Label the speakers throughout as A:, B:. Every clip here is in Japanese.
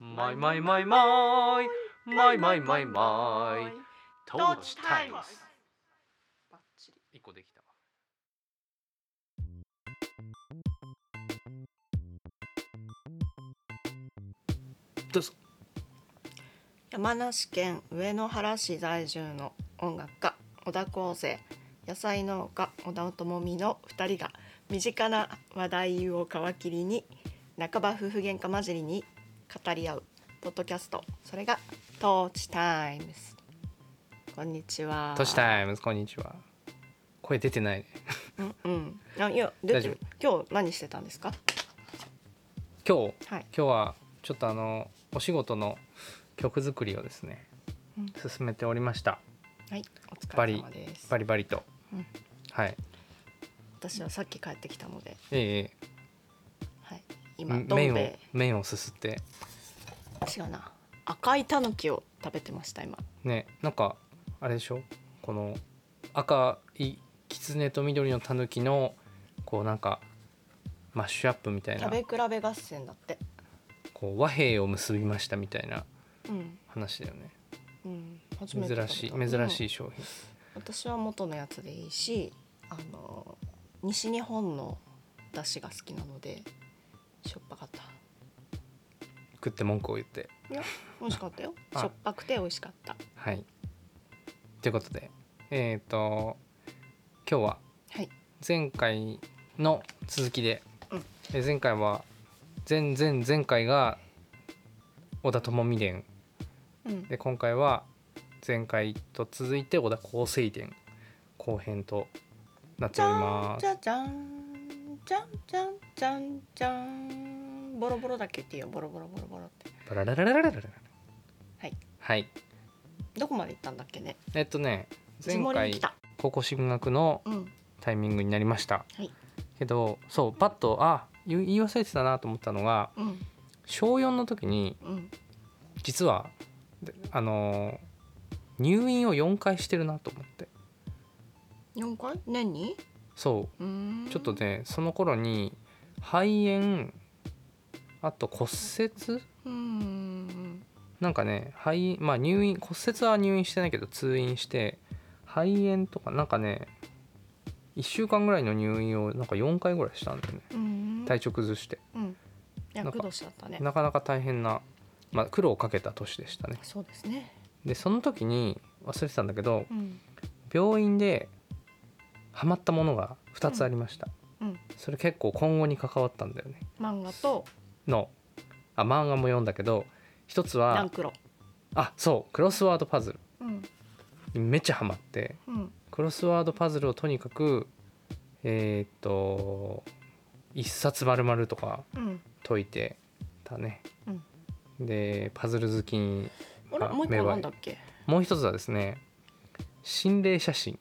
A: マイマイマイマイマイマイマイマイトーチタイムス
B: バッチリ
A: 一個できたわどうぞ
B: 山梨県上野原市在住の音楽家小田光生野菜農家小田智美の2人が身近な話題を皮切りに半ば夫婦喧嘩交じりに語り合うポッドキャストそれが「トーチタイムス」こんにちは
A: トーチタイムスこんにちは声出てないね
B: うんうんあいや出てる今日何してたんですか
A: 今日
B: はい、
A: 今日はちょっとあのお仕事の曲作りをですね
B: うん
A: 進めておりました
B: はい、お疲れ様です
A: バリバリと、
B: うん
A: はい
B: 私はさっき帰ってきたので、
A: ええ
B: はい、
A: え
B: 今
A: え
B: どん
A: 麺
B: 兵
A: を
B: 衛
A: 麺をすすって
B: 違うな赤いたぬきを食べてました今
A: ねなんかあれでしょこの赤い狐と緑のたぬきのこうなんかマッシュアップみたいな
B: 食べ比べ合戦だって
A: こう和平を結びましたみたいな
B: うん
A: 話だよね
B: うん初めて
A: 珍しい珍しい商品
B: うん私は元のやつでいいしあの西日本の出汁が好きなのでしょっぱかった
A: 食って文句を言って
B: 美味しかったよ
A: あ
B: しょっぱくて美味しかった
A: はいということでえっ、と今日は
B: はい
A: 前回の続きで、
B: うん
A: え前回は前前前回が小田智美伝
B: うん
A: で今回は前回と続いて小田厚生伝後編となって
B: じ
A: おり
B: ゃ
A: ます
B: んじゃじゃんじゃんじゃんじゃんじゃんボロボロだけ言っていいよボロボロボロボロって
A: バララララララララ
B: はい
A: はい
B: どこまで行ったんだっけね
A: えっとね前
B: 地盛りに
A: 回
B: 来た
A: 高校進学の
B: うん
A: タイミングになりました、
B: はい
A: けどそうパッとあ言い言い忘れてたなと思ったのが
B: うん
A: 小4の時に
B: うん
A: 実はであのー入院を4回してるなと思って
B: 四回年に
A: そう
B: ーん
A: うちょっとねその頃に肺炎あと骨折
B: うーん
A: なんかね肺まあ入院骨折は入院してないけど通院して肺炎とかなんかね1週間ぐらいの入院をなんか4回ぐらいしたんだよね
B: うーん
A: 体調崩して
B: うん
A: なん
B: 厄
A: か
B: 年だったね
A: なかなか大変な、まあ、苦労をかけた年でしたね
B: そうですね
A: でその時に忘れてたんだけど
B: うん
A: 病院でハマったものが2つありました、
B: うん
A: それ結構今後に関わったんだよね
B: 漫画と
A: のあ漫画も読んだけど一つ
B: ラン
A: は
B: クロ
A: あそうクロスワードパズル
B: うん
A: にめっちゃハマって
B: うん
A: クロスワードパズルをとにかくえーっと一冊丸々とか
B: うん
A: 解いてたね、でパズル好きに
B: あれ
A: あ
B: もう一個
A: 芽生え
B: なんだっけ
A: もう一つはですね心霊写真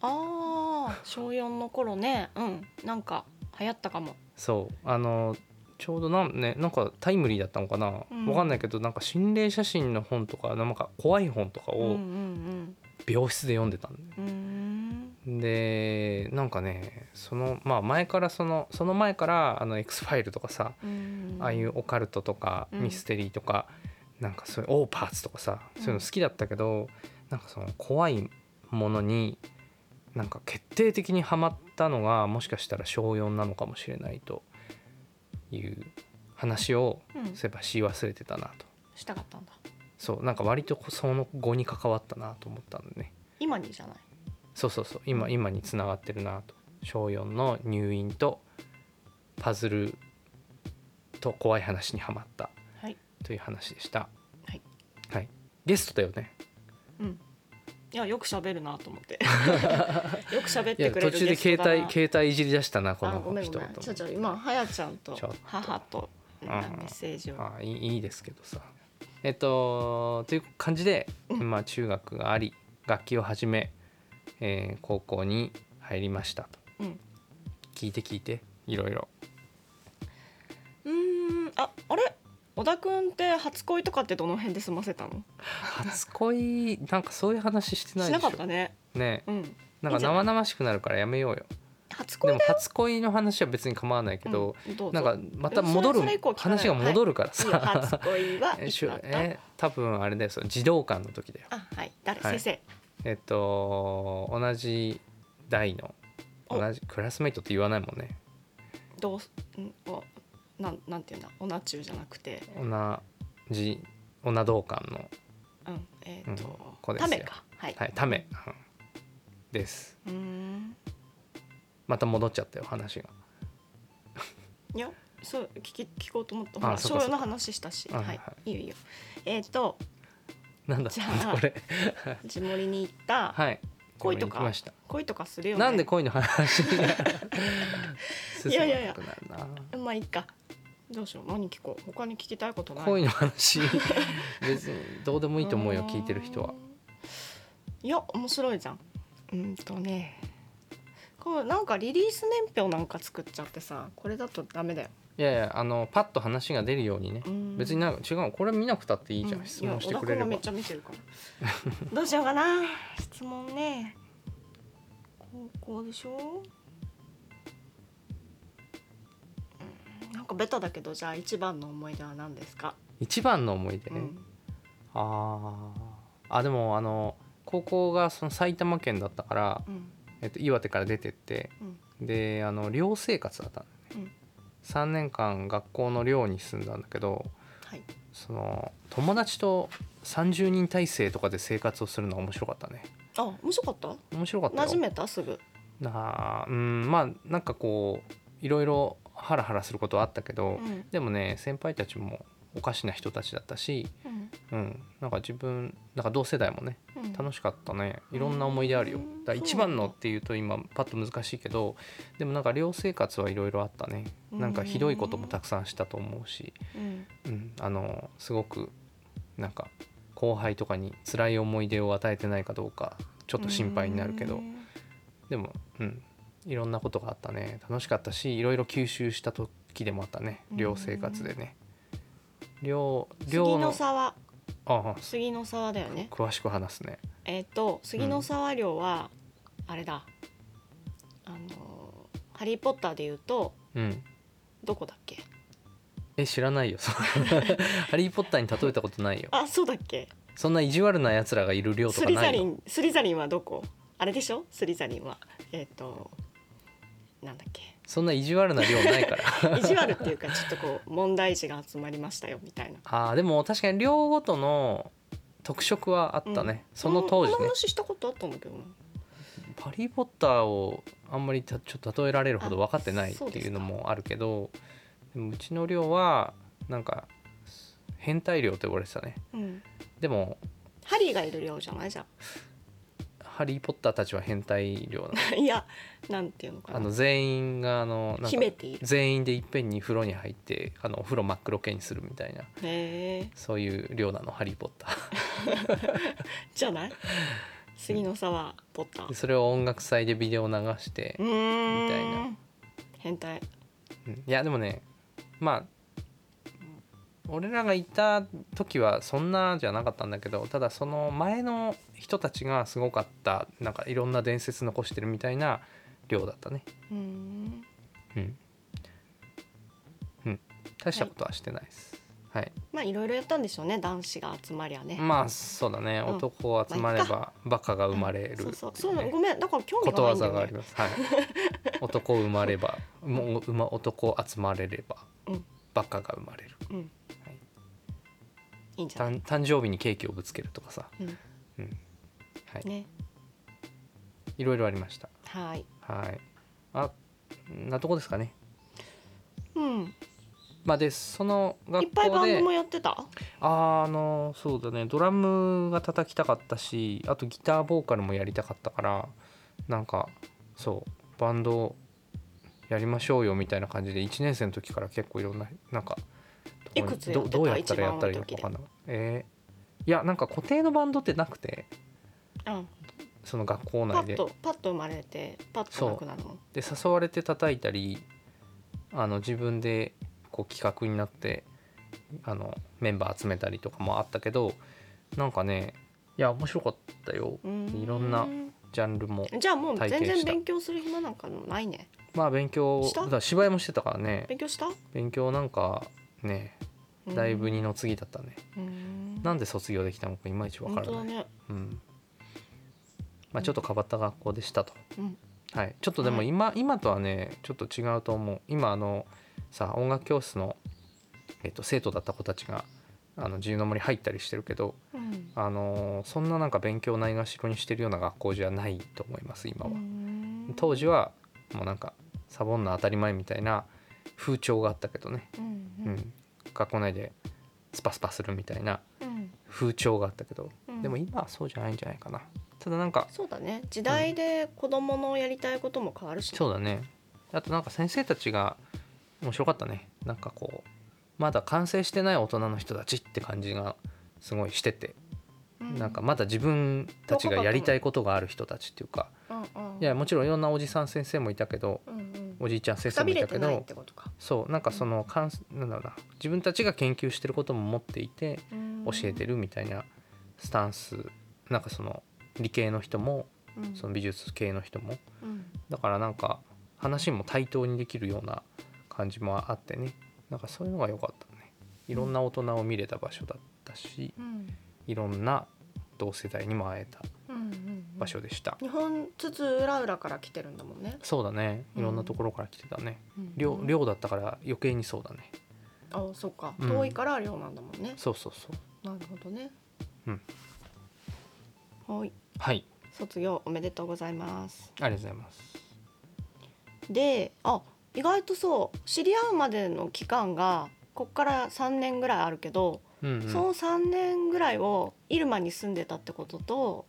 B: ああ小四の頃ねうんなんか流行ったかも
A: そうあのちょうどなん,、ね、なんかタイムリーだったのかな、
B: うん
A: わかんないけどなんか心霊写真の本とかなんか怖い本とか
B: うんう
A: を
B: ん
A: 病室で読んでたんだよ
B: うんうーん
A: でなんかねそのまあ前からそのその前からあの X ファイルとかさ、
B: うん
A: ああいうオカルトとか
B: うん
A: ミステリーとか、なんかそういうオーパーツとかさそういうの好きだったけど、なんかその怖いものになんか決定的にはまったのがもしかしたら小4なのかもしれないという話を
B: うん
A: そういえばし忘れてたなと
B: したかったんだ
A: そうなんか割とその後に関わったなと思ったんでね
B: 今にじゃない
A: そうそうそう今今につながってるなと小4の入院とパズルと怖い話にはまった
B: はい
A: という話でした
B: はい、
A: はい、ゲストだよね
B: うんいやよく喋るなと 思ってよく喋っ
A: い
B: て
A: や
B: くれ
A: 途
B: る
A: 中
B: ゲ
A: で
B: ス
A: 携
B: トだな
A: 帯携帯いじり出したなこ
B: あ
A: の
B: ごめん
A: 人
B: ご
A: と
B: め
A: 思
B: ん
A: っ
B: ちょ
A: て
B: ちょ今はやちゃんと
A: ちょっと
B: 母となんかメッセージを
A: あいいいいですけどさえっとという感じで、
B: うん
A: まあ、中学があり楽器を始め、えー高校に入りましたと
B: うん
A: 聞いて聞いていろいろ
B: うーんああれ小田君って初恋とかってどの辺で済ませたの
A: 初恋なんかそういう話してない
B: し
A: で
B: な
A: しょ
B: かったね
A: ね
B: うん
A: なんか生々しくなるからやめようよ。
B: 初
A: で
B: 恋
A: も
B: だよ
A: 初恋の話は別に構わないけど、
B: うんどうぞ
A: なんかまた戻る
B: それそれ以降聞かない
A: 話が戻るから
B: いい よ初
A: さ、
B: 恋は
A: え
B: い
A: し
B: つ
A: ゅ
B: だった
A: え多分あれだよその児童館の時だよ
B: あはい誰、
A: はい
B: 先
A: えっと同じ代の
B: お
A: 同じクラスメイトって言わないもんね
B: 生どうんおなんなんていうんだオナチューじゃなくて
A: 同じ女同館の
B: うんえっ、ー、
A: うん
B: と、
A: 子です
B: た
A: よ
B: めかはい、
A: はいため、うんです
B: うーん
A: また戻っちゃったよ話が
B: いやそう聞き聞こうと思った
A: あ
B: ほら
A: そう
B: 商
A: か
B: 用の話したし
A: あ
B: は
A: はいい
B: いいよいいよえっ、と
A: なんだ
B: じゃあ
A: これ
B: 地盛りに行った、
A: はい
B: 恋とか
A: でも行きました
B: 恋とかするよね
A: なんで恋の話が進ま
B: いやいや
A: なくなるな
B: まあいいかどうしよう何聞こう他に聞きたいことない
A: 恋の話別にどうでもいいと思うよ聞いてる人は
B: うんいや面白いじゃんうんとねこうなんかリリース年表なんか作っちゃってさこれだとダメだよ
A: いやいやあのパッと話が出るようにね
B: うん
A: 別になんか違うこれ見なくたっていいじゃん、
B: う
A: 質問してくれれば
B: いや小田君がめっちゃ見てるから どうしようかな質問ね高校でしょうんなんかベタだけどじゃあ一番の思い出は何ですか、
A: 一番の思い出
B: う
A: ね、
B: ん
A: あーあでもあの高校がその埼玉県だったから、
B: うん
A: えっと、岩手から出てって
B: うん
A: であの寮生活だったんだよね、3年間学校の寮に住んだんだけど
B: はい
A: その友達と30人体制とかで生活をするのは面白かったね
B: あ面白かっ
A: 面白かった
B: た馴
A: よ
B: 染めたすぐ
A: なあうんまあなんかこういろいろハラハラすることはあったけど、
B: うん
A: でもね先輩たちもおかしな人たちだったし、
B: うん
A: うん、なんか自分なんか同世代もね
B: うん
A: 楽しかったねいろんな思い出あるよ
B: うん
A: だから一番
B: そうな
A: の
B: んだ
A: っていうと今パッと難しいけどでもなんか寮生活はいろいろあったね
B: うん
A: なんかひどいこともたくさんしたと思うし、
B: うん
A: うん、あのすごくなんか後輩とかに辛い思い出を与えてないかどうかちょっと心配になるけど
B: うん
A: でもうんいろんなことがあったね楽しかったしいろいろ吸収した時でもあったね寮生活でね寮
B: 杉
A: 寮
B: の
A: の
B: 沢
A: ああ
B: 杉の沢だよね
A: 詳しく話すね
B: えっ、と杉の沢寮は、あれだあのーハリー・ポッター」で言うと
A: うん
B: どこだっけ
A: え知らないよそ んなハリー・ポッターに例えたことないよ
B: あそうだっけ
A: そんな意地悪なやつらがいる量と
B: ス
A: か
B: リ
A: な
B: ザ
A: い
B: リ
A: よ
B: ンスリザリンはどこあれでしょスリザリンはえっ、となんだっけ
A: そんな意地悪な量ないから
B: 意地悪っていうかちょっとこう問題児が集まりましたよみたいな
A: あーでも確かに量ごとの特色はあったね、
B: うん
A: その当時
B: この
A: ね
B: 話したことあったんだけどな
A: 「ハリー・ポッター」をあんまりたちょっと例えられるほど分かってないっていうのもあるけどでもうちの量はなんか変態量って呼ばれてたね
B: うん
A: でも
B: ハリーがいる寮じゃないじゃ
A: ハリー・ポッターたちは変態量なの
B: ん いやなんていうのか
A: あの
B: な
A: 全員があのなん
B: 秘
A: か
B: めている
A: 全員でいっぺんに風呂に入ってあのお風呂真っ黒系にするみたいな
B: へえ
A: そういう量なの「ハリー・ポッター
B: じゃない杉の沢ポッタ」
A: で
B: ー
A: それを音楽祭でビデオ流して
B: う、ーん
A: みたいな
B: 変態
A: うんいやでもねまあ俺らがいた時はそんなじゃなかったんだけどただその前の人たちがすごかったなんかいろんな伝説残してるみたいな量だったね
B: うーん
A: うん、うん、大したことはしてないですはい、
B: まあいろいろやったんでしょうね男子が集まりゃね
A: まあそうだね、
B: うん
A: 男集まればバカが生まれるってい
B: そうう
A: ね
B: そうそうなのごめんだから興
A: こ
B: 味が
A: と
B: ない
A: わ
B: んだ
A: ざが
B: よ
A: あり
B: ね
A: ます。はい。男生まれば、もう、ま、男集まれれば、
B: うん
A: バカが生まれる。
B: うん
A: はい
B: いいんじゃない
A: 誕誕生日にケーキをぶつけるとかさ、
B: うん
A: うん、はい、
B: ね
A: いろいろありました。
B: はい
A: はい。あ、なとこですかね。
B: うん
A: まあでその
B: いっ
A: 学
B: ぱいバ
A: 校
B: ンド
A: で、
B: もやってた
A: あーあのそうだね、ドラムが叩きたかったし、あとギターボーカルもやりたかったから、なんかそうバンドやりましょうよみたいな感じで1年生の時から結構いろんななんか
B: いくつやっ
A: ど
B: てた
A: どうやったら
B: 一
A: や
B: 番
A: ったらいいのか分かんないえーいやなんか固定のバンドってなくて
B: うん
A: その学校
B: パ
A: 内
B: ッ
A: で
B: とパッと生まれてパッとなくなるもん
A: で誘われて叩いたりあの自分でこう企画になってあのメンバー集めたりとかもあったけどなんかねいや面白かったよ
B: うーん
A: いろんなジャンルも
B: じゃあもう
A: 体
B: 全
A: 験
B: 然
A: した
B: 勉強する暇なんかないね
A: まあ勉強
B: した
A: だから芝居もしてたからね
B: 勉強した
A: 勉強なんかねだいぶ二の次だったね、
B: うん
A: なんで卒業できたのかいまいちわから
B: 本
A: な
B: 当だ
A: い、
B: ね
A: うんまあ、ちょっと変わった学校でしたと、
B: うん
A: はい、ちょっとでも
B: はい
A: 今,、今とはねちょっと違うと思う今あのさ音楽教室の、えっと、生徒だった子たちがあの自由の森入ったりしてるけど、
B: うん
A: あのーそんななんか勉強ないがしろにしてるような学校じゃないと思います今は、
B: うん
A: 当時はもうなんかサボンの当たり前みたいな風潮があったけどね、
B: うん
A: う
B: うんん
A: 学校内でスパスパするみたいな
B: うん
A: 風潮があったけど、
B: うん
A: でも今はそうじゃないんじゃないかなただなんか
B: そうだね時代で子供のやりたいことも変わるしね
A: そうだねあとなんか先生たちが面白かったねなんかこうまだ完成してない大人の人たちって感じがすごいしてて、
B: う
A: なんかまだ自分たちがやりたいことがある人たちっていうか
B: うんうん
A: いやもちろんいろんなおじさん先生もいたけど
B: うんうん
A: おじいちゃん先
B: く
A: 生
B: た
A: も
B: び
A: い
B: れ
A: た
B: て
A: け
B: ないっ
A: ど
B: てことか
A: そうなんかそのかんなんだろうな自分たちが研究してることも持っていて教えて
B: る
A: るみたいなスタンスなんかその理系の人もその
B: の
A: 美術系の人もだからなんか話も対等にできるような感じもあってねなんかそういうのが良かったねいろんな大人を見れた場所だったしいろんな同世代にも会えた場所でした
B: 日本つつ裏裏から来てるんだもんね
A: そうだねいろんなところから来てたね寮寮だったから余計にそうだね
B: あそうか
A: うん
B: 遠いから寮なんだもんね
A: そうそうそう
B: なるほどね
A: うん
B: はい
A: はい
B: 卒業おめでとうございます
A: ありがとうございます
B: であ意外とそう知り合うまでの期間がこっから3年ぐらいあるけど
A: うん、う
B: そ
A: ん、
B: の3年ぐらいを入間に住んでたってことと、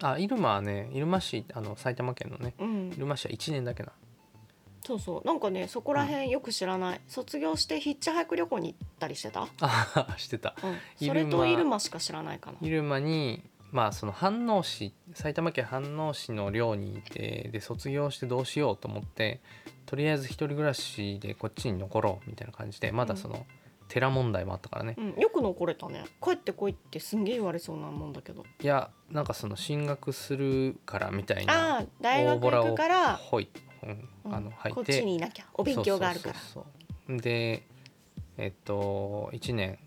A: あ入間はね入間市あの埼玉県のね
B: うん、
A: 入間市は1年だけな
B: そうそうなんかねそこら辺よく知らない、卒業してヒッチハイク旅行に行ったりしてた、
A: あしてた
B: うん、
A: 入間
B: それと入間しか知らないかな、
A: 入間にまあその飯能市埼玉県飯能市の寮にいてで卒業してどうしようと思ってとりあえず一人暮らしでこっちに残ろうみたいな感じでまだその寺問題もあったからね、
B: うん、よく残れたね帰ってこいってすんげえ言われそうなもんだけど
A: いやなんかその進学するからみたいな
B: ああ大学行くから、
A: ほい、うん
B: うん
A: あの入って
B: こっちにいなきゃお勉強があるから
A: そうそうそうそうでえっと1年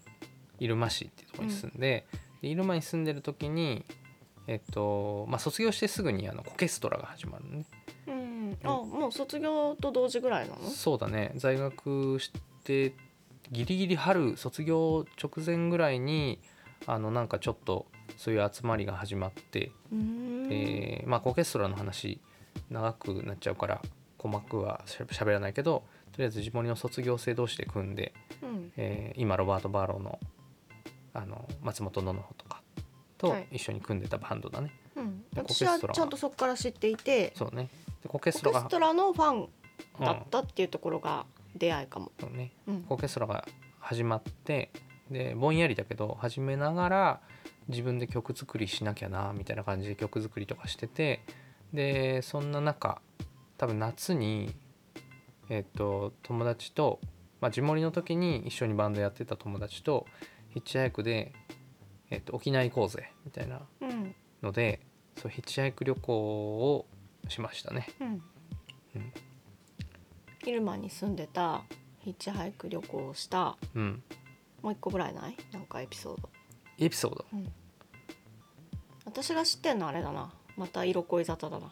A: 入間市っていうところに住んで,、で入間に住んでる時にえっとまあ卒業してすぐにあのコケストラが始まるのね、
B: うんあもう卒業と同時ぐらいなの
A: そうだね在学してギリギリ春卒業直前ぐらいにあのなんかちょっとそういう集まりが始まって、
B: うーん
A: えーまあコケストラの話長くなっちゃうから細くはしゃしゃべらないけどとりあえず地森の卒業生同士で組んで
B: うん
A: えー今ロバート・バーローのあの松本ののほとかと
B: はい
A: 一緒に組んでたバンドだね、
B: うん、
A: コケス
B: 私
A: トラ
B: はちゃんとそこから知っていて
A: そうねでコケス
B: オー
A: ト
B: ケ
A: ラ
B: ス
A: が
B: トラのファンだ
A: うん
B: ったっていうところが出会いかも。
A: そうね
B: うん
A: コケストラが始まってでぼんやりだけど始めながら自分で曲作りしなきゃなみたいな感じで曲作りとかしててでそんな中多分夏に、えっと友達と、まあ、地盛りの時に一緒にバンドやってた友達とヒッチハイクで、えっと沖縄行こうぜみたいな
B: うん
A: のでそうヒッチハイク旅行をしましたね
B: うん
A: うん
B: 入間に住んでたヒッチハイク旅行をした
A: うん
B: もう一個ぐらいないなんかエピソード、
A: エピソード
B: うん私が知ってんのあれだなまた色恋沙汰だな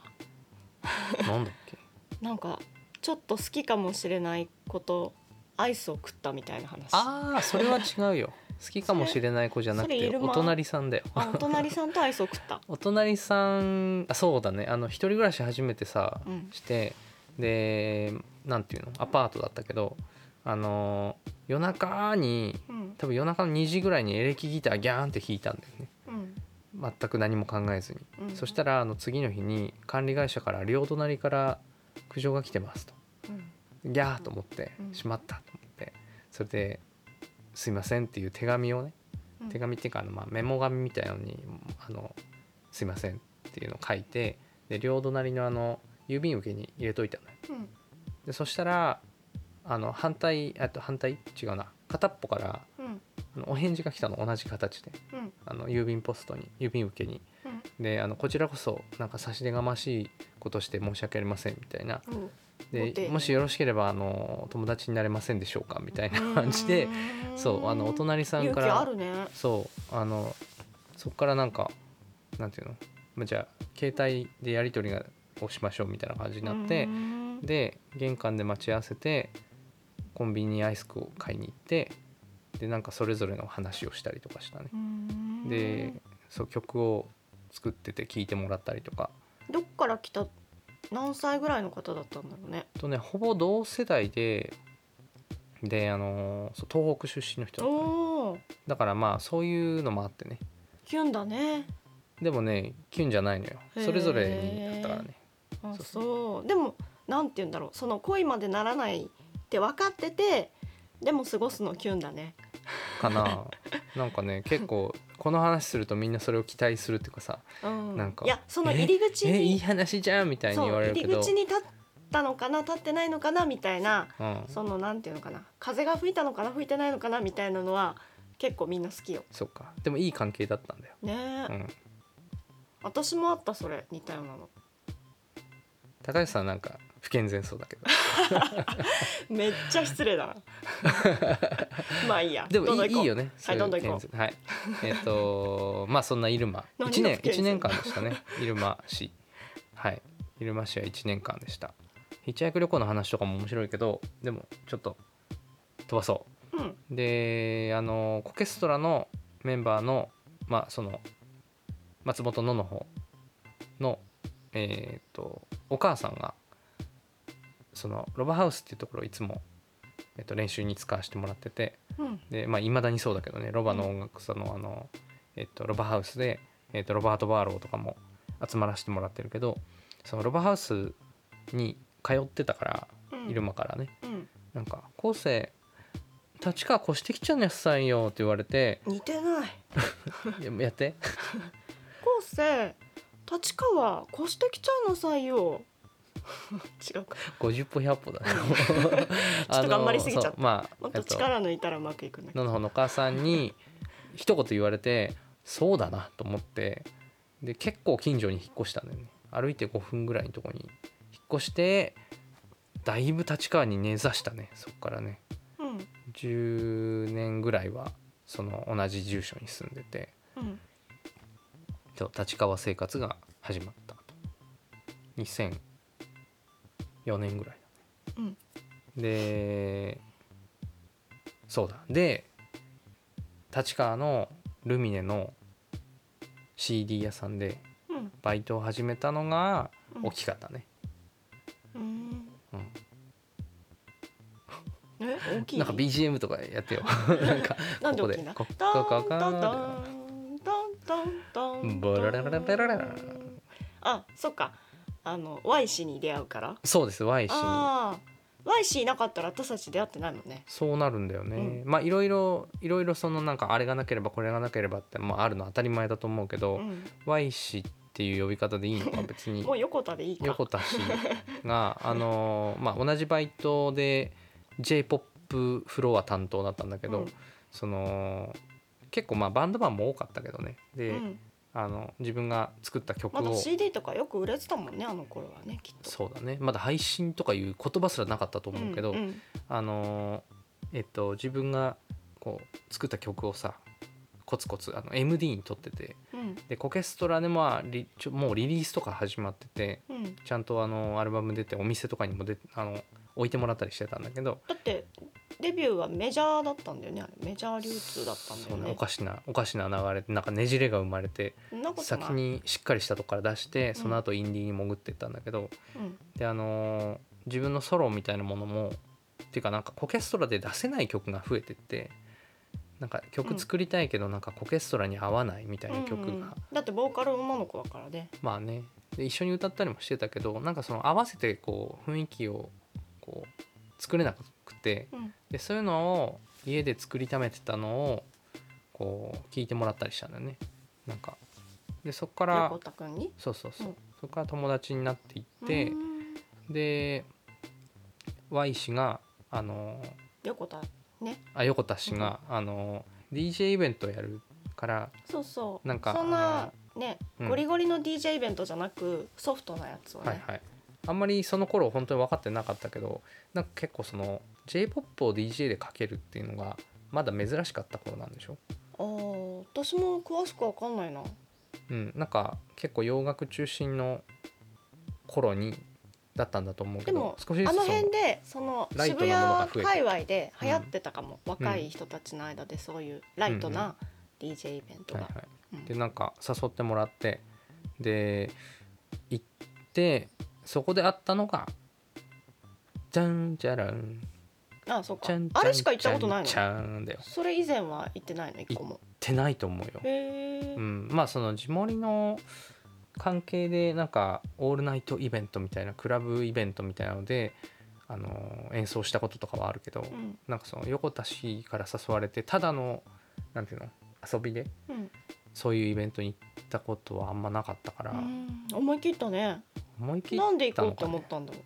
A: なんだっけ
B: なんかちょっと好きかもしれないことアイスを食ったみたいな話
A: ああそれは違うよ好きかもしれない子じゃなく
B: それそれい
A: て
B: るま
A: お隣さんだよ
B: あお隣さんとアイスを食った
A: お隣さんあそうだねあの一人暮らし初めてさ、
B: うん
A: してでなんていうのアパートだったけどあのー夜中に
B: うん
A: 多分夜中の2時ぐらいにエレキギターギャーンって弾いたんだよね
B: うん
A: 全く何も考えずに
B: うん
A: そしたらあの次の日に管理会社から両隣から苦情が来てますと
B: うん
A: ギャーと思って
B: うん
A: しまったと思ってそれで「すいません」っていう手紙をね
B: うん
A: 手紙っていうかあのまあメモ紙みたいのに「あのすいません」っていうのを書いてで両隣のあの郵便受けに入れといたのよ
B: うん
A: でそしたらあの反対あと反対違うな片っぽから
B: うん
A: あのお返事が来たの同じ形で
B: うん
A: あの郵便ポストに郵便受けに
B: うん
A: であのこちらこそなんか差し出がましいことして申し訳ありませんみたいな
B: うんご丁寧
A: でもしよろしければあの友達になれませんでしょうかみたいな感じでそうあのお隣さんか
B: 勇気あ
A: ら
B: るね
A: そうあのそこからなんかなんていうのまあじゃあ携帯でやり取りがをしましょうみたいな感じになって
B: う、ん
A: で玄関で待ち合わせてコンビニにアイスクを買いに行ってでなんかそれぞれの話をしたりとかしたね。
B: うん
A: でそう曲を作ってて聴いてもらったりとか
B: どっから来た何歳ぐらいの方だったんだろうね
A: とねほぼ同世代でであのーそう東北出身の人だったね
B: おおー
A: だからまあそういうのもあってね
B: キュンだね
A: でもねキュンじゃないのよ
B: へー
A: それぞれにあったからね
B: あ
A: そう
B: そうでもなんて言うんだろうその恋までならないって分かっててでも過ごすのキュンだね
A: か ななんかね結構この話するとみんなそれを期待するっていうかさ
B: うん
A: なんか
B: いやその入
A: 「
B: り口
A: えいい
B: に
A: 話じゃん」みたいに
B: そう
A: 言われ
B: 入
A: る
B: り
A: けど
B: 口に立ったのかな立ってないのかなみたいな
A: うん、
B: そのなんていうのかな風が吹いたのかな吹いてないのかなみたいなのは結構みんな好きよ
A: そうかでもいい関係だったんだよ、
B: ねえ、
A: うん、
B: 私もあったそれ似たようなの
A: 高橋さんなんか不健全そうだけど
B: めっちゃ失 礼だなまあいいや
A: でも
B: どんど
A: い
B: ん
A: い
B: 行こう
A: いいよね。そうう
B: どんどん行こう
A: 件数はい。えっ、と まあそんな入間
B: 何
A: 一
B: が
A: 年
B: 不健
A: 一
B: 全
A: 年間でしたね。入間市はい入間市は一年間でした。ヒッチハイク旅行の話とかも面白いけどでもちょっと飛ばそ
B: うん
A: う。であのコケストラのメンバーのまあその松本のの方のえっ、とお母さんがそのロバハウスっていうところをいつも、えっと練習に使わせてもらってて。
B: うん
A: でまあいまだにそうだけどねロバの音楽そのあの、えっと、ロバハウスで、えっと、ロバート・バーローとかも集まらせてもらってるけどそのロバハウスに通ってたから
B: うん
A: 入間からね、
B: うん
A: なんか「昴生立川越してきちゃんやさんよ」って言われ て
B: 似てない
A: 「いややって
B: 昴生立川越してきちゃいなさいよ 違うか
A: 50歩100歩だね」
B: ちょっと頑張りすぎちゃった
A: あのそうまあ
B: もっ
A: え
B: と
A: っと
B: 力抜いたらうまくいくんだけど
A: ののほのお母さんに一言言われてそうだなと思ってで結構近所に引っ越したんだよね歩いて5分ぐらいのとこに引っ越してだいぶ立川に根ざしたねそっからね
B: うん
A: 10年ぐらいはその同じ住所に住んでて
B: うん
A: そう立川生活が始まったと2004年ぐらいだね、でそうだで立川のルミネの CD 屋さんで
B: うん
A: バイトを始めたのが
B: うん
A: 大きかったね、
B: うん
A: うん
B: え大きい
A: なんか BGM とかやってよ なんか
B: なんで
A: ここ
B: 大
A: で
B: きいんだ
A: こ
B: ダ
A: ここ
B: ン
A: こ
B: ダンダ
A: こ
B: ンダンダンダン
A: ブラララララララ
B: あそっかあの Y 氏に出会うから
A: そうです Y 氏に
B: ああ Y 氏いなかったら私たち出会ってないもんね
A: そうなるんだよね、
B: う
A: まあいろいろいろいろそのなんかあれがなければこれがなければって、まあ、あるのは当たり前だと思うけど、
B: うん、
A: Y 氏っていう呼び方でいいのか別に
B: もう横田でいいか
A: 横田氏 があのーまあ同じバイトで j p o p フロア担当だったんだけど、
B: うん
A: その結構まあバンドマンも多かったけどねで、
B: うん、
A: あの自分が作った曲
B: まだ
A: を
B: CD とかよく売れてたもんねあの頃はねきっと
A: そうだねまだ配信とかいう言葉すらなかったと思うけど、
B: んん
A: あのーえっと自分がこう作った曲をさコツコツあの MD に撮ってて
B: うん
A: でコケストラでまあリちょもうリリースとか始まってて
B: うん、
A: ちゃんとあのアルバム出てお店とかにも出あの置いてもらったりしてたんだけど
B: だってデビューはメジャーだったんだよねあれメジャー流通だったんだ
A: そ
B: よ
A: う
B: ね
A: ねおかしなおかしな流れでなんかねじれが生まれて
B: そんなことない
A: 先、にしっかりしたとこから出してその後インディーに潜ってったんだけど、
B: うん
A: であのー自分のソロみたいなものもっていうかなんかコケストラで出せない曲が増えてってなんか曲作りたいけどなんかコケストラに合わないみたいな曲が、
B: うんうんだってボーカル女の子だからね
A: まあねで一緒に歌ったりもしてたけどなんかその合わせてこう雰囲気をこう作れなくて
B: うん
A: でそういうのを家で作りためてたのをこう聞いてもらったりしたんだよねなんかでそこから
B: 横田くんに
A: そうそうそう、
B: うん
A: そこから友達になっていって、
B: うん
A: で Y 氏があの
B: 横田ね
A: あ横田氏が、あの DJ イベントをやるから
B: そうそう
A: なんか
B: そんなね、
A: うん
B: ゴリゴリの DJ イベントじゃなくソフトなやつをね、
A: はいはい、あんまりその頃本当に分かってなかったけどなんか結構その j p o p を DJ でかけるっていうのがまだ珍しかった頃なんでしょ、
B: あー私も詳しくわかんないな
A: うん、なんか結構洋楽中心の頃にだったんだと思うけ
B: でも
A: ど少しずつ
B: あ
A: そ
B: の
A: の
B: 辺でその
A: ライト
B: 渋
A: なものが増えて
B: 谷界隈で流行ってたかも、
A: うん
B: 若い人たちの間でそういうライトな DJ イベントが、
A: はいはい、
B: うん
A: でなんか誘ってもらってで行ってそこで会ったのが「じゃんじゃらん
B: あそう
A: じ
B: か
A: ゃん
B: あれしか行ったことないの
A: じゃんじゃんじゃんだよ」っ
B: それ以前は行ってないの一個も
A: てないと思うよ。
B: へえ、
A: うん、まあその地盛りの関係でなんかオールナイトイベントみたいなクラブイベントみたいなので、あの演奏したこととかはあるけど、
B: うん
A: なんかその横田氏から誘われてただのなんていうの遊びで
B: うん
A: そういうイベントに行ったことはあんまなかったから、
B: うん思い切ったね
A: 思い切っ
B: なんで行
A: た
B: こう
A: の
B: って
A: か、
B: 思っ
A: ね
B: たんだろ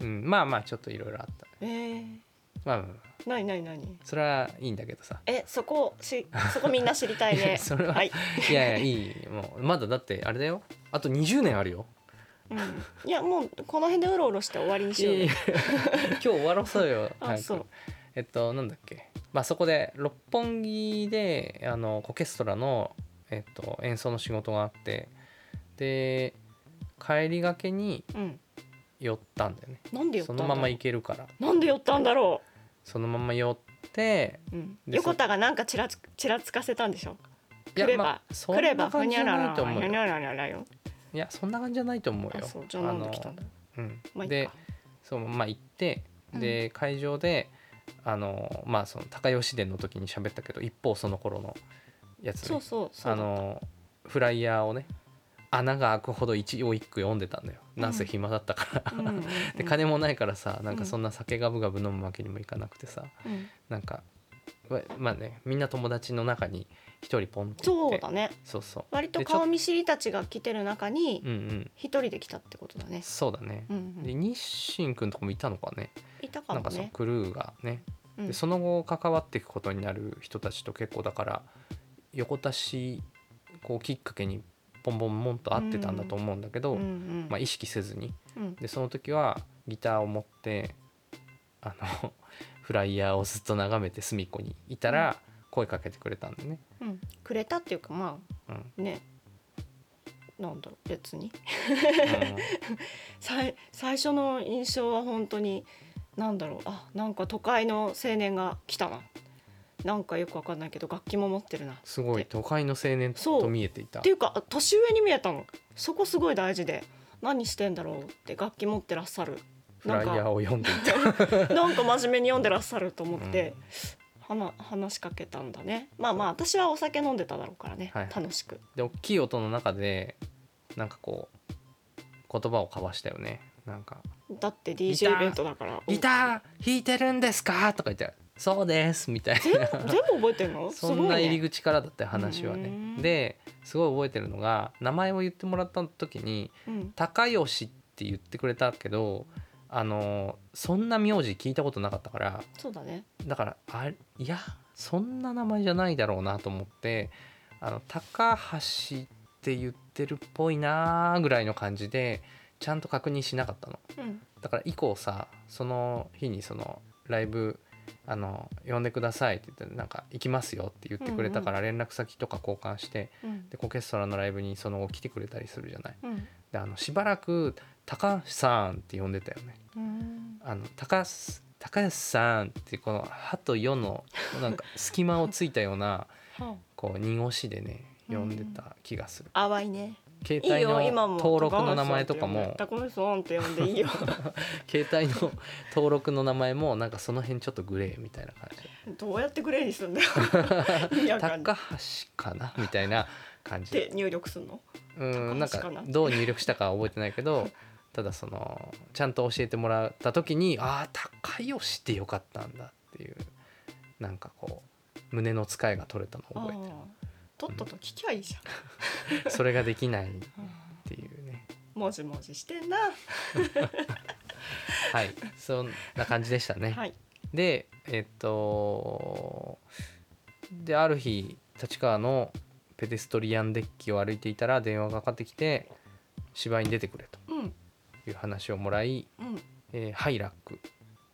B: う
A: うん、まあまあちょっといろいろあった、ね
B: えー、
A: まあまあまあ
B: なになになに
A: それはいいんだけどさ
B: えそこしそこみんな知りたい
A: い
B: ね、
A: やそれはいいやいやいいもうまだだってあれだよあと20年あるよ
B: うん、いやもうこの辺でうろうろして終わりにしよう
A: いやい
B: よ
A: や今日終わろそうよ
B: あ
A: 早く
B: そう
A: えっとなんだっけまあそこで六本木であのコケストラの、えっと、演奏の仕事があってで帰りがけに
B: うん
A: 寄ったんだよね
B: なんで寄った
A: そ
B: んだ
A: の
B: ろう
A: まま行けるから
B: なんで寄ったんだろ
A: そのまま寄って
B: う、うん、
A: で
B: 横田がなんかちらつちらつかせたんでしょ
A: いや
B: 来れば
A: まあそ
B: 来
A: ん
B: れ
A: な
B: ばふ
A: 感じ
B: に
A: じ
B: ゃ
A: ゃ
B: ら
A: な
B: ら
A: いと思
B: ふ
A: う
B: に
A: よ
B: ゃらららよ
A: いやそんな感じじゃないと思う
B: あ
A: よ
B: そうじゃあなんで来たんだ
A: うん
B: まあいい
A: で
B: か
A: そうまあ行ってで会場であのまあその高吉伝の時に喋ったけど一方その頃のやつね
B: そうそうそう
A: あのフライヤーをね穴が開くほど一応一句読んでたんだよなんせ暇だったから、
B: うんうんうん
A: で金もないからさなんかそんな酒ガブガブ飲むわけにもいかなくてさ
B: うん
A: なんかわまあねみんな友達の中に一人ポンって行っ
B: そう
A: て
B: だね
A: そうそう
B: 割と
A: でちょ
B: 顔見知りたちが来てる中に
A: うんうん
B: 一人で来たってことだね、
A: そうだね
B: う、んう
A: で
B: ん、
A: 日清くんとかもいたのかね
B: いたか
A: な
B: も
A: んかその
B: ね
A: クルーがね、
B: うん
A: でその後関わっていくことになる人たちと結構だから横足しこうきっかけにポンポンポンと会ってたんだと思うんだけど、
B: うんうん
A: まあ、意識せずに
B: うん
A: でその時はギターを持ってあのフライヤーをずっと眺めて隅っこにいたら声かけてくれたんでね、
B: うん、くれたっていうかま
A: うん
B: あねなんだろう別に
A: う
B: 最最初の印象は本当になんだろうあなんか都会の青年が来たななんかよくわかんないけど楽器も持ってるなっ
A: んすごい都会の青年
B: そう
A: と見えていた
B: ていうかあ年上に見えたのそこすごい大事で何してんだろうって楽器持ってらっしゃる
A: フライヤーを読んで いた。
B: なんか真面目に読んでらっしゃると思って
A: う、ん
B: はな話しかけたんだねまあまあ私はお酒飲んでただろうからね、
A: はい
B: 楽しく
A: で大きい音の中でなんかこう言葉を交わしたよねなんか
B: だって
A: ギタ
B: DJ
A: ー
B: イベントだか
A: 「
B: ら
A: ギター弾いてるんですか?」とか言って「そうです」みたい
B: 全部
A: な
B: 全部覚えてんの す
A: そ
B: ごい
A: んな
B: ね
A: 入り口からだって話は
B: う
A: ね
B: ん
A: ですごい覚えてるのが名前を言ってもらった時に
B: うん
A: 「高吉」って言ってくれたけどあのそんな名字聞いたことなかったから
B: そうだね
A: だからあいやそんな名前じゃないだろうなと思ってあの高橋って言ってるっぽいなーぐらいの感じでちゃんと確認しなかったの
B: うん
A: だから以降さその日にそのライブあの呼んでくださいって言ってなんか行きますよって言ってくれたから連絡先とか交換して
B: うん
A: でコケストラのライブにその後来てくれたりするじゃない
B: うん
A: であのしばらく高橋さんって呼んでたよね
B: うん
A: あの高す高橋さんってこの「は」と「よ」のなんか隙間をついたような
B: は
A: こう濁しでね呼んでた気がする、
B: あ、淡いね。
A: 携
B: いい
A: 帯
B: よ、今
A: の
B: も。
A: 登録の名前とかも
B: 高橋さんって呼んでいい よ。
A: 携帯の 登録の名前もなんかその辺ちょっとグレーみたいな感じ
B: どうやってグレーにするん だよ。意味わかんない
A: 高橋かなみたいな感じ
B: って入力するの。
A: うんなん
B: 高橋か
A: か
B: な
A: どう入力したかは覚えてないけど ただそのちゃんと教えてもらった時にああ高吉ってよかったんだっていうなんかこう胸の使いが取れたのを
B: あ
A: 覚えてる
B: あ。とっとと聞きゃいいじゃ
A: それができないっ
B: ん。
A: ていう ね。
B: もじもじしてんな。
A: はい、そんな感じでしたね。
B: はい。
A: で、えっと、で、ある日、立川のペデストリアンデッキを歩いていたら電話がかかってきて芝居に出てくれ
B: うん
A: という話をもらい、
B: うん
A: えーハイラック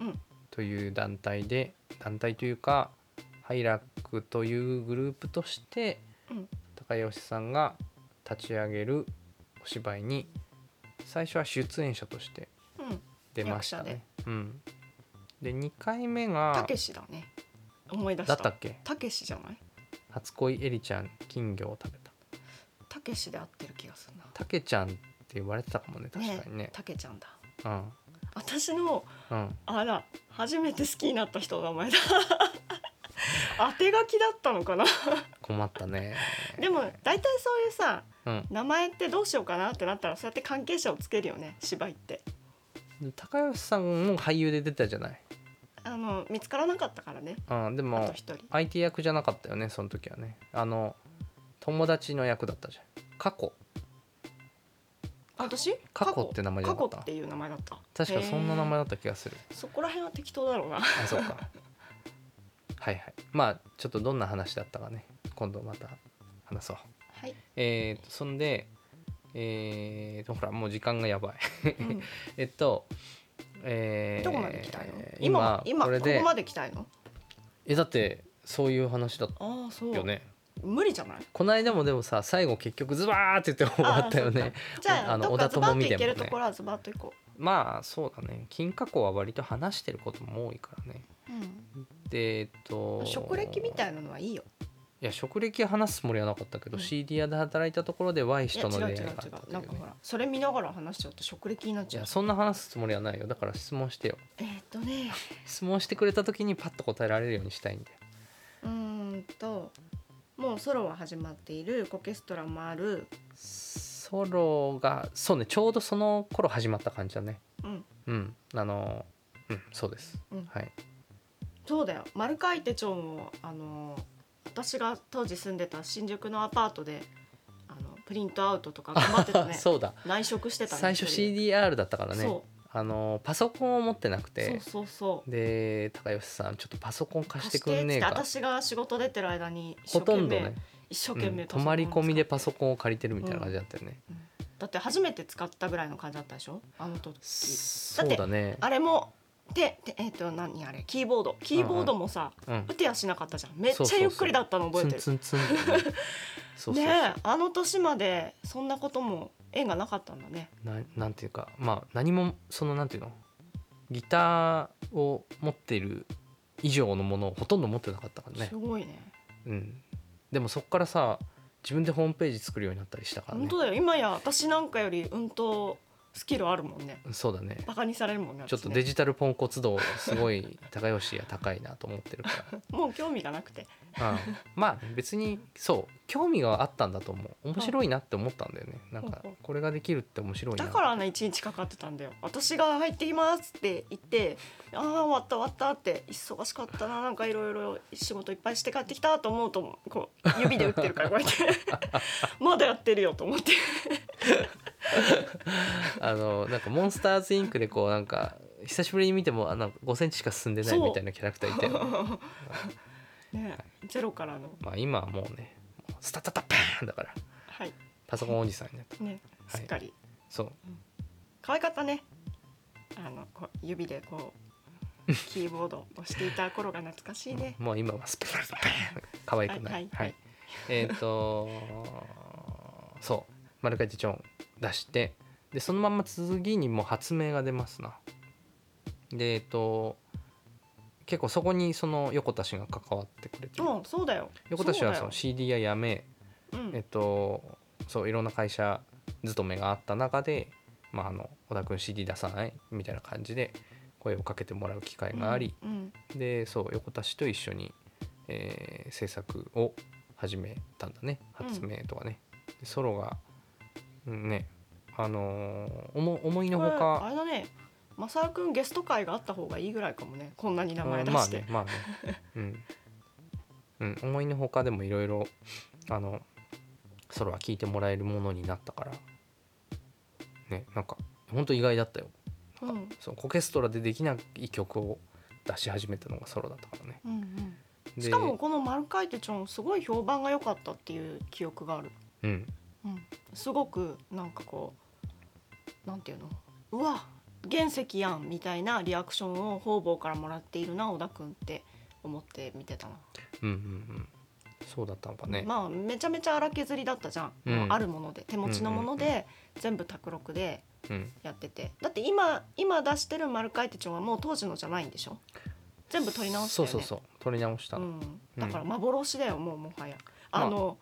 B: うん
A: という団体で団体というかハイラックというグループとして
B: うん
A: 高吉さんが立ち上げるお芝居に最初は出演者として
B: うん
A: 出ましたね
B: 役。
A: うん、で2回目が
B: たけしだね思い出し
A: だ
B: た
A: ったっけ
B: たけしじゃない
A: 初恋エリちゃん金魚を食べた
B: たけしで合ってる気がするな
A: たけちゃんって言われてたかもね確かにね
B: たけちゃんだ
A: うん
B: 私の
A: うん
B: あら初めて好きになった人の名 前だ当て書きだったのかな
A: 困ったね
B: でも大体そういうさ
A: うん
B: 名前ってどうしようかなってなったらそうやって関係者をつけるよね芝居って
A: で高吉さんも俳優で出たじゃない、
B: あの見つからなかったからね
A: うん、で
B: あと
A: も
B: 一人
A: 相手役じゃなかったよねその時はねあの友達の役だったじゃん過去
B: あ私
A: 過去って名前じゃ
B: 過
A: なかっ
B: 去
A: た
B: っていう名前だった
A: 確かそんな名前だった気がする
B: へーそこら辺は適当だろ うな
A: あそうかはいはいまあちょっとどんな話だったかね今度また話そう
B: はい、
A: えーとそんでえーとほらもう時間がやばい
B: うん
A: えっとえー
B: どこまで来たいの、
A: 今
B: 今
A: こ
B: こ
A: れで
B: こまで来たいの
A: えだってそういう話だっ
B: ああそう
A: たよね
B: 無理じゃない
A: この間もでもさ最後結局ズバーって言って終わったよ
B: あーそ
A: ね
B: っかじゃあ
A: あの
B: どっ
A: 織
B: か
A: 田
B: ズバ
A: 朋
B: ッ
A: 美で
B: とい
A: もね
B: けるところはズバッと行こ
A: まあそうだね金華湖は割と話してることも多いからね
B: う、うん
A: でえっと
B: 職歴み
A: い
B: たいなのはいいよ
A: いや職歴は話すつもりはなかったけど、
B: うん
A: CD 屋で働いたところで Y
B: い
A: 人
B: や違
A: と
B: う
A: の出会
B: 違う
A: い
B: 違
A: があ
B: う
A: ったってい
B: な
A: うんね
B: かほらそれ見ながら話しちゃうと職歴になっ
A: い
B: ちゃう
A: やそんな話すつもりはないよだから質問してよ
B: えーっとね
A: 質問してくれた時にパッと答えられるようにしたいんだよ
B: うーんともうソロは始まっているコケストラもある
A: ソロがそうねちょうどその頃始まった感じだね
B: うん
A: うんあのうんそうです、
B: うん
A: はい
B: そうだよ丸書いて町もあの私が当時住んでた新宿のアパートであのプリントアウトとか頑張っ てたね
A: そうだ
B: 内職してたね
A: 最初
B: 一人
A: CDR だったから
B: で
A: ね
B: そ
A: あのパソコンを持ってなく
B: うそ
A: て
B: うそうそう
A: で高吉さんちょっとパソコン貸してくんねえ
B: 貸
A: か
B: してっつって私が仕事出てる間に一
A: ほ
B: 生
A: と
B: 懸
A: んど
B: 命、
A: ね、
B: 一生
A: う
B: 懸命
A: ん、泊まり込みでパソ
B: コン
A: コンを借りてるみたいな感じだったよね、
B: だって初めて使ったぐらいの感じだったでしょあの時
A: そうだね
B: あれもででえっ、と何あれキーボードキーボードもさ、
A: うん
B: 打てやしなかったじゃんめっ
A: そうそ
B: ちゃ
A: うそう
B: ゆっくりだったの覚え
A: ツ
B: て
A: ン
B: る
A: ツンツン だよねそうそうそう、
B: ねえあの年までそんなことも縁がなかったんだね
A: ななんていうかまあ何もそのなんていうのギターを持ってる以上のものをほとんど持ってなかったからね
B: す、ごいね
A: うん、でもそこからさ自分でホームページ作るようになったりしたからね
B: 本当だよ今や私なんかよりうんとスキルあるもんね
A: そうだね
B: バカにされるもんね
A: ちょっ
B: 私
A: と
B: ね
A: デジタルポンコツ度すごい高吉は高いなと思ってるか
B: もう興味がなくて
A: ら、うん、まあ別にそう興味があったんだと思う面白いなって思ったんだよねなんか
B: うんうん
A: これができるって面白いな
B: だからあんな一日かかってたんだよ私が入ってきますって言ってああ終わった終わったって忙しかったななんかいろいろ仕事いっぱいして帰ってきたと思うとこう指で打ってるからこうや ってまだやってるよと思って
A: あのなんかモンスターズインクでこうなんか久しぶりに見てもあなんか5センチしか進んでない
B: そう
A: みたいなキャラクターいたよね
B: ねゼロからの
A: まあ今はもうねもうスタタタパーンだから
B: はい
A: パソコンおじさんになった
B: ねすっかり、
A: そう
B: 可愛かったねあのこう指でこ うキーボードを押していた頃が懐かしいね
A: もう今はスパーンスパーン可愛くないは
B: はいい、はいはい
A: えっ、と そう丸書いてチョン出してでそのまんま次にもう発明が出ますなでえっ、と結構そこにその横田氏が関わってくれてる
B: うんそうだよ
A: 横田氏は
B: そ
A: そうの CD ややめ
B: だようん
A: えっとそういろんな会社勤めがあった中で、まあ、あの小田君 CD 出さないみたいな感じで声をかけてもらう機会があり、
B: うん
A: でそう横田氏と一緒に、えー制作を始めたんだね
B: うん
A: 発明とかね、でソロがうんねあのー思思いの
B: こ
A: ほ
B: れ
A: か
B: あれだねマサルくんゲスト会があった方がいいぐらいかもねこんなに名前
A: うん
B: 出
A: まあ
B: して、
A: ねまあねうん、うん、思いのほかでもいろいろあのソロは聞いてもらえるものになったからねなんか本当意外だったよ
B: うんうん
A: そのコケストラでできない曲を出し始めたのがソロだったからね
B: うん
A: で
B: しかもこの「マルカイテちゃん」すごい評判が良かったっていう記憶がある、
A: うん
B: うん、すごくなんかこうなんていうのうわ原石やんみたいなリアクションを方々からもらっているな小田君って思って見てたな、
A: うんうんうんそうだったのかね、
B: まあめちゃめちゃ荒削りだったじゃん、
A: うん
B: もうあるもので手持ちのもので全部卓録で
A: うん、
B: やっててだって今今出してる「マルカイテちゃん」はもう当時のじゃないんでしょ全部取り直した
A: そ
B: よ
A: う
B: ね
A: そうそう取り直した
B: う
A: の、
B: ん、だから幻だよ、もうもはやあの、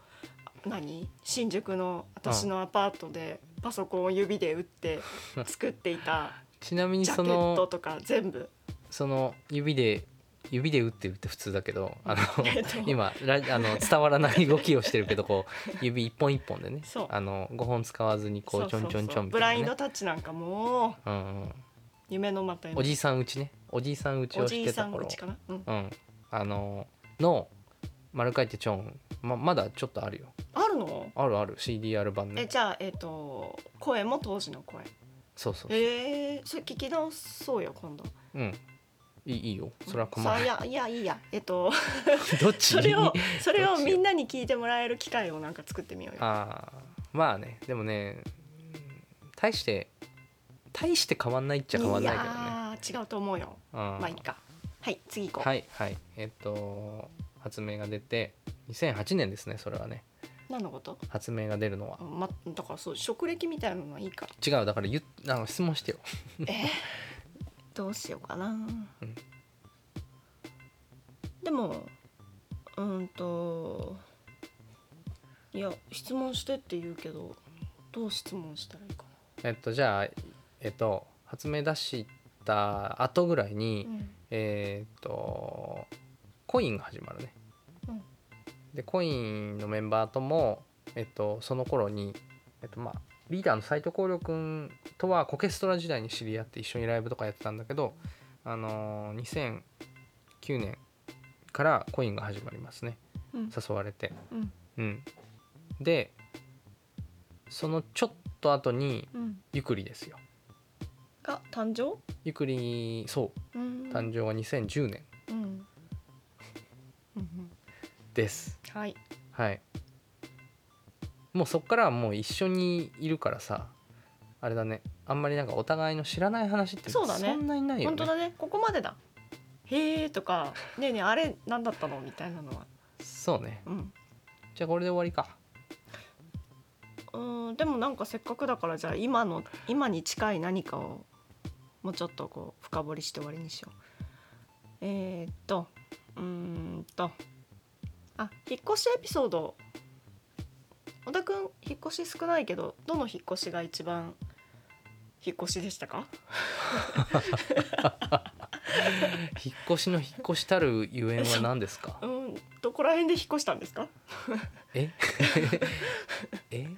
B: 何新宿の私のアパートでパソコンを指で 打って作っていた
A: ちなみに
B: ジ
A: そ
B: ャケット
A: の
B: とか全部
A: その指で指で打ってるって普通だけどあの
B: えっと
A: 今ラあの伝わらない動きをしてるけどこう 指一本一本でね
B: そう
A: あの5本使わずにこうちょんちょんちょんみ
B: ブ
A: た
B: ラ
A: い
B: イン
A: な、
B: ド
A: ね
B: タッチなんかもう
A: うんうん、
B: 夢のまた夢
A: おじいさん打ちねおじいさん打ち
B: お
A: を
B: じ
A: し
B: い
A: て
B: さ
A: た
B: んう
A: 頃
B: ちかな、うん、
A: うん、あのの「丸書いてちょん」ままだちょっとあるよ
B: あるの
A: あるある CDR 版
B: え
A: ね
B: じゃあえっ、と声も当時の声
A: そうそうそう
B: へえそれ聞き直そうよ今度
A: うんいいいいよそれは
B: さ
A: 構
B: あ
A: わな
B: い
A: い
B: やいやいいやえっ、と
A: どっち
B: それをそれを
A: どっちよ
B: みんなに聞いてもらえる機会をなんか作ってみようよ
A: あーまあねでもね大して大して変わんないっちゃ変わんないけどね
B: いやー違うと思うよ
A: うん
B: まあいいかはい次行こう、
A: はいはいえっと発明が出て2008年ですねそれはね
B: 何のこと
A: 発明が出るのは
B: あまだからそう職歴みたいなのはいいか
A: 違うだからゆあの質問してよ
B: えーどうしようかな、
A: うん
B: でもうーんといや質問してって言うけどどう質問したらいいか
A: えっとじゃあえっと発明出した後ぐらいに、
B: な、うん
A: えーっとコインが始まるね、
B: うん
A: でコインのメンバーとも、えっと、その頃に、えっとまあ、リーダーの斎藤光良君とはコケストラ時代に知り合って一緒にライブとかやってたんだけど、あのー2009年からコインが始まりますね
B: うん
A: 誘われて、
B: うん
A: うん、でそのちょっと後に
B: うん、
A: ゆくりですよ
B: が誕生
A: ゆくりそう
B: うん
A: 誕生は2010年
B: うんうんうん
A: です、
B: はい
A: はいもうそっからはもう一緒にいるからさあれだねあんまりなんかお互いの知らない話って
B: そうだね
A: んなにないよ
B: 本
A: ね
B: 当だねここまでだへえとかねえねえあれ何だったのみたいなのは
A: そうね
B: うん
A: じゃあこれで終わりか
B: うんでもなんかせっかくだからじゃあ今の今に近い何かをもうちょっとこう深掘りして終わりにしようえー、っとうーんとあ引っ越しエピソード小田君引っ越し少ないけどどの引っ越しが一番引っ越しでしたか
A: 引っ越しの引っ越したるゆえんは何ですか
B: うんどこら辺で引っ越したんですか
A: え え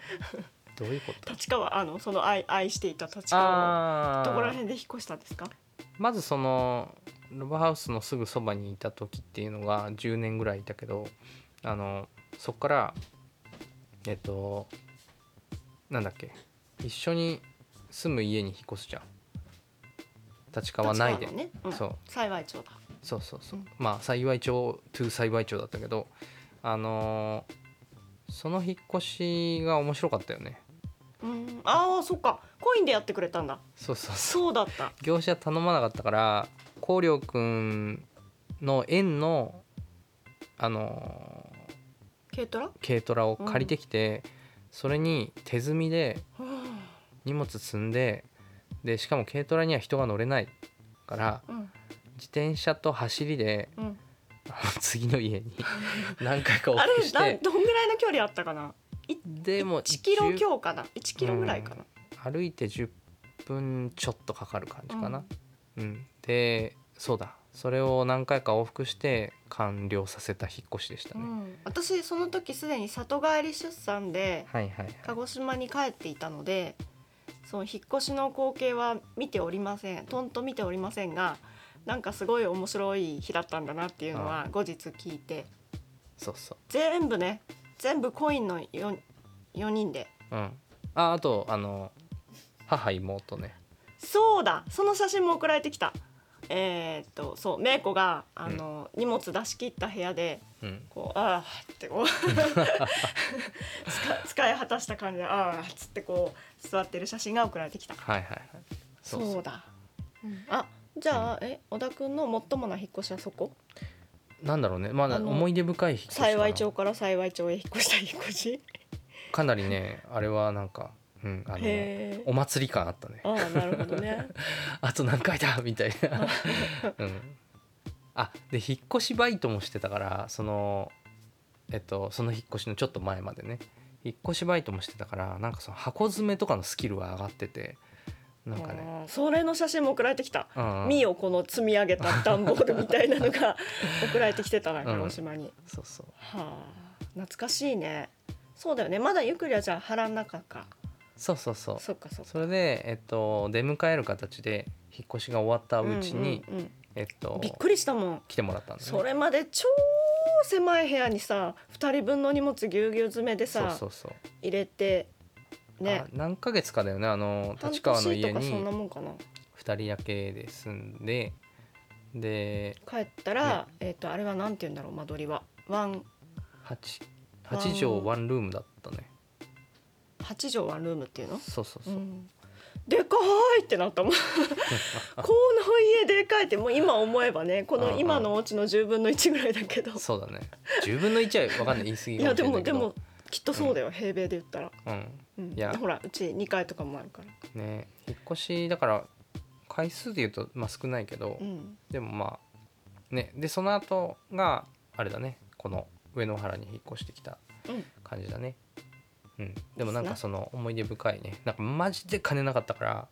A: どういうこと
B: 立川あのその愛愛していた立川を
A: あ
B: どこら
A: ー
B: 辺で引っ越したんですか。
A: まずそのロバハウスのすぐそばにいた時っていうのが10年ぐらいいたけどあのそっからえっとなんだっけ一緒に住む家に引っ越すじゃん立川内で、
B: 立川のね、うん
A: そう
B: 幸い町だ。
A: そうそうそう、
B: うん
A: まあ幸い町 to 幸い町だったけどあのその引っ越しが面白かったよね
B: うん、ああ、そっか、コインでやってくれたんだ。
A: そうそうそう
B: そうだった。
A: 業者頼まなかったから光陵君の園のあの
B: 軽トラ。は
A: 軽トラを借りてきて、それに手積みで
B: あ
A: 荷物積んででしかも軽トラには人が乗れないから
B: うん、
A: 自転車と走りで
B: うん。
A: あの次の家 に何回か往
B: あ
A: 復
B: れ、
A: し
B: なん
A: て
B: どんぐらいの距離あったかな。
A: でも
B: 一キロ
A: 10
B: 強かな、一キロぐらいかな。
A: 歩いて10分ちょっとかかる感じかな
B: う、
A: うん、でそうだそれを何回か往復して完了させた引っ越しでした
B: う
A: ね、
B: ん、私、その時すでに里帰り出産で、
A: はいはいはい
B: 鹿児島に帰っていたので。その引っ越しの光景は見ておりません。とんと見ておりませんが。なんかすごい面白い日だったんだなっていうのは後日聞いて
A: そうそ
B: 全部ね全部コインの 4, 4人で
A: ううんああとあの母妹ね
B: そうだその写真も送られてきたえーっとそうメイコがあの、荷物出し切った部屋で
A: うん
B: こうああってこう 使使い果たした感じでああっつってこう座ってる写真が送られてきた
A: はいはいはい
B: そ
A: そう
B: う
A: そう
B: だ、うんあじゃあ、え小田君の最もな引っ越しはそこ
A: なんだろうねまあ
B: あの
A: 思い出深い引っ越しかな
B: 幸い町から幸い町へ引っ越した引っ越し
A: かなりねあれはなんか、うん、あの
B: へえ
A: お祭り感あったね
B: ああなるほどね
A: あと何回だみたいな、うん、あで引っ越しバイトもしてたからそのえっとその引っ越しのちょっと前までね引っ越しバイトもしてたからなんかその箱詰めとかのスキルは上がってて なんかね
B: あーそれの写真も送られてきた
A: うんうん
B: ミをこの積み上げた段ボールみたいなのが送られてきてたな広島に、
A: そうそう
B: はあ懐かしいねそうだよねまだゆっくりはじゃあ腹の中か
A: そうそうそう
B: そっかそっか
A: それで、えっと、出迎える形で引っ越しが終わったうちに、
B: うんうん
A: えっ
B: うん
A: と
B: びっくりしたもん
A: 来てもらったんです、ね、
B: それまで超狭い部屋にさ2人分の荷物ぎゅうぎゅう詰めでさ
A: そうそうそう
B: 入れてね
A: あ何ヶ月かだよねあの
B: 半
A: 立川の
B: 年
A: 家
B: とか
A: に
B: そんなもんかな
A: 2人だけで住んでで
B: 帰ったら、えっ、とあれはなんて言うんだろう間取りはワン
A: 8, 8畳ワンルームだったね
B: 8畳ワンルームっていうの、
A: そうそう
B: う
A: そう、
B: ん、でかいってなっ たもんこの家でかいってもう今思えばねこ
A: うんう
B: の
A: ん
B: 今のお家の10分の1ぐらいだけど
A: そうだね10分の1は分かんない言い過ぎ
B: い
A: かも
B: や
A: し
B: で
A: れな
B: も
A: いけ
B: で
A: ど
B: もきっとそうだよ、平米で言ったら、うん、
A: いや
B: ほらうち2階とかもあるから、
A: うんね引っ越しだから回数で言うと、まあ、少ないけど、
B: うん、
A: でもまあねでその後があれだねこの上野原に引っ越してきた
B: うん
A: 感じだねうんでもなん
B: で
A: か
B: す
A: その思い出深いねなんかマジで金なかったから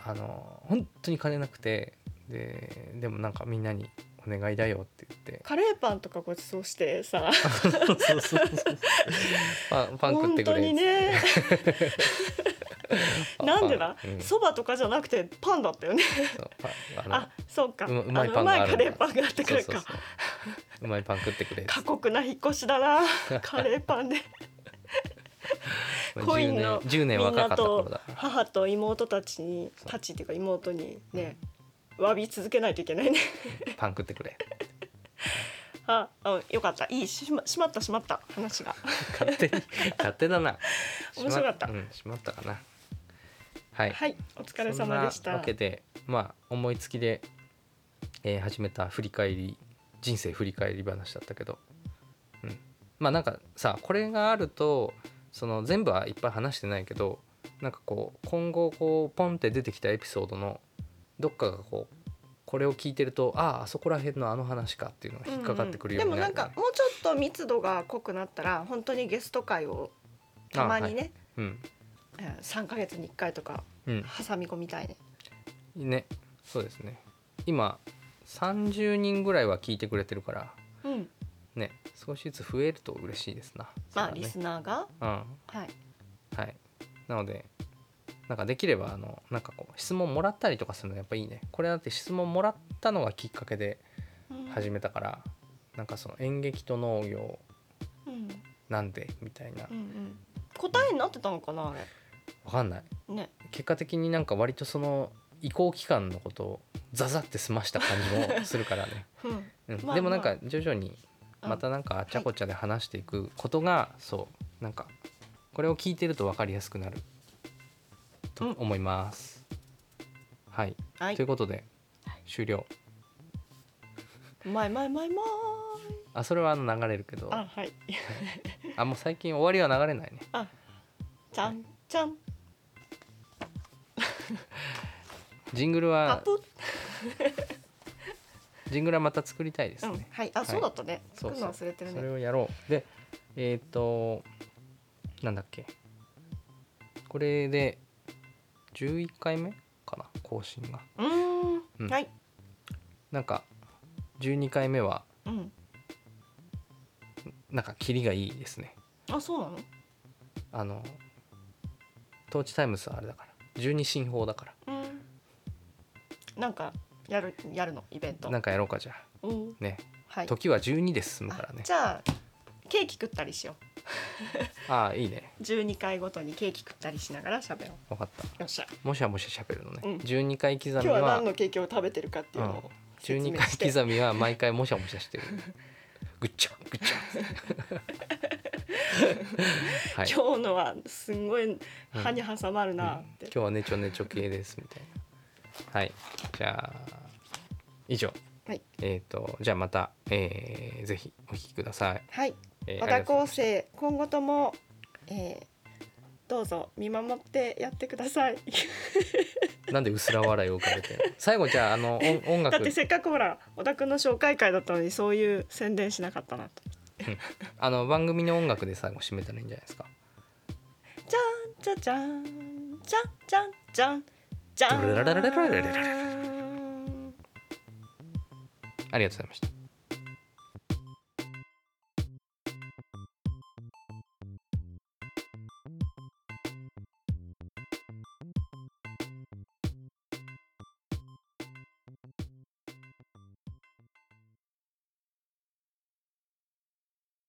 A: あの本当に金なくてででもなんかみんなに「お願いだよ」って言って
B: カレーパンとかごちそうしてさ
A: そうそうそうそう パンパン食っ
B: 本
A: てく
B: 当
A: れ
B: に ね
A: パン
B: なんでだ
A: パンうん
B: そば、とかじゃなくてパンだったよね
A: そうパンあの
B: あそうか
A: うまう
B: あ
A: まい
B: の
A: パンがあ
B: う
A: る
B: まいカ
A: んだ
B: レーパンがあったか
A: そう
B: ら
A: そう
B: か
A: そううまいパン食ってくれって
B: 過酷な引っ越し だなカレーパンで
A: まあ
B: コインの
A: 10年10年
B: みん
A: 若かっ
B: な
A: た頃
B: と
A: だから
B: 母と妹たちに
A: そう
B: たちっていうか妹にね詫び続けないといけないね
A: パン食ってくれ
B: ああよかったいいしましまったしまった話が
A: 勝手に勝手だな
B: 面白かった
A: しまうん、しまったかなはい、
B: はいお疲れ様で
A: そ
B: し
A: んな
B: た
A: わけでまあ思いつきで、えー始めた振り返り人生振り返り話だったけど、うん、まあなんかさこれがあるとその全部はいっぱい話してないけどなんかこう今後こうポンって出てきたエピソードのどっかがこうこれを聞いてるとあああそこら辺のあの話かっていうのが引っかかってくるようになる、ね
B: うんうんでもなんかもうちょっと密度が濃くなったら本当にゲスト会をたまにね、
A: うん
B: えー3ヶ月に1回とか
A: うん、
B: 挟み込みたいね
A: ねそうですね今30人ぐらいは聞いてくれてるから
B: うん
A: ね少しずつ増えると嬉しいですな
B: まあ
A: それ
B: リ
A: は
B: ス
A: ね
B: ナーが
A: うん
B: はい
A: はいなのでなんかできればあのなんかこう質問もらったりとかするのやっぱいいねこれだって質問もらったのがきっかけで始めたから、なんかその演劇と農業
B: うんうん
A: なんでみたいな
B: うんうん答えになってたのかなあれ
A: わかんない
B: ね
A: 結果的になんか割とその移行期間のことをザザって済ました感じもするからね、
B: うん
A: うん
B: まあ
A: でもなん
B: ま
A: か徐々に
B: うん
A: またなんかあっちゃこっちゃで話していくことが、そうなんかこれを聞いてると分かりやすくなると
B: うん
A: 思います。はい、
B: はい
A: ということで
B: はい
A: 終了
B: まいまいまいま
A: あそれはあの流れるけど
B: ーいあはい
A: あもう最近終わりは流れないね
B: あちゃんちゃん
A: ジングル
B: パ
A: は
B: プッ
A: ジングルはまた作りたいです
B: う
A: ね。
B: んはいあそうだったね
A: そ
B: 作
A: う
B: る
A: そ
B: の
A: う
B: 忘れてる
A: それ
B: ね
A: をやろうでえっ、となんだっけこれで11回目かな更新が
B: うー
A: うんん
B: はい
A: なんか12回目は
B: うん
A: なんかキリがいいですね
B: あそうなの
A: あのトーチタイムズはあれだから12進法だか
B: うんなんかやるやるのイベン
A: ら
B: ト
A: なんかやろうかじゃあ
B: うん
A: ね
B: はい
A: 時は12で進むから
B: あ
A: ね
B: じゃあケーキ食ったりしよ
A: ああいいね
B: 12回ごとにケーキ食ったりしながら喋ろ
A: 分かった
B: うよっしゃ
A: もしゃもしゃ喋るのね、
B: うん
A: 12回刻み
B: 今日は何のケーキを食べてるかっていうのを
A: 十
B: 説
A: 二
B: 明
A: 回
B: して
A: 刻みは毎回もしゃもしゃしてる。ぐっちゃぐっちゃ。はい。今
B: 今日のはすんごい歯に挟まるなって、
A: 日はねちょねちょ系ですみたいな。はい。じゃあ以上。
B: はい
A: えっ、とじゃあまた、えー、ぜひお聞きください。
B: はい
A: えー
B: 和
A: あ
B: 田
A: りがとうございま
B: 高
A: した
B: 生今後とも、えーどうぞ見守ってやってください
A: なんで薄ら笑いを浮かべ てんの。最後じゃああの音音
B: だっ
A: 楽
B: てせっかくほら小田君の紹介会だったのにそういう宣伝しなかったなと
A: あの番組の音楽で最後締めたらいいんじゃないですか。
B: じゃんじゃじゃんじゃんじゃんじゃんじゃん
A: ドゥルルルルルルルルありがとうございました。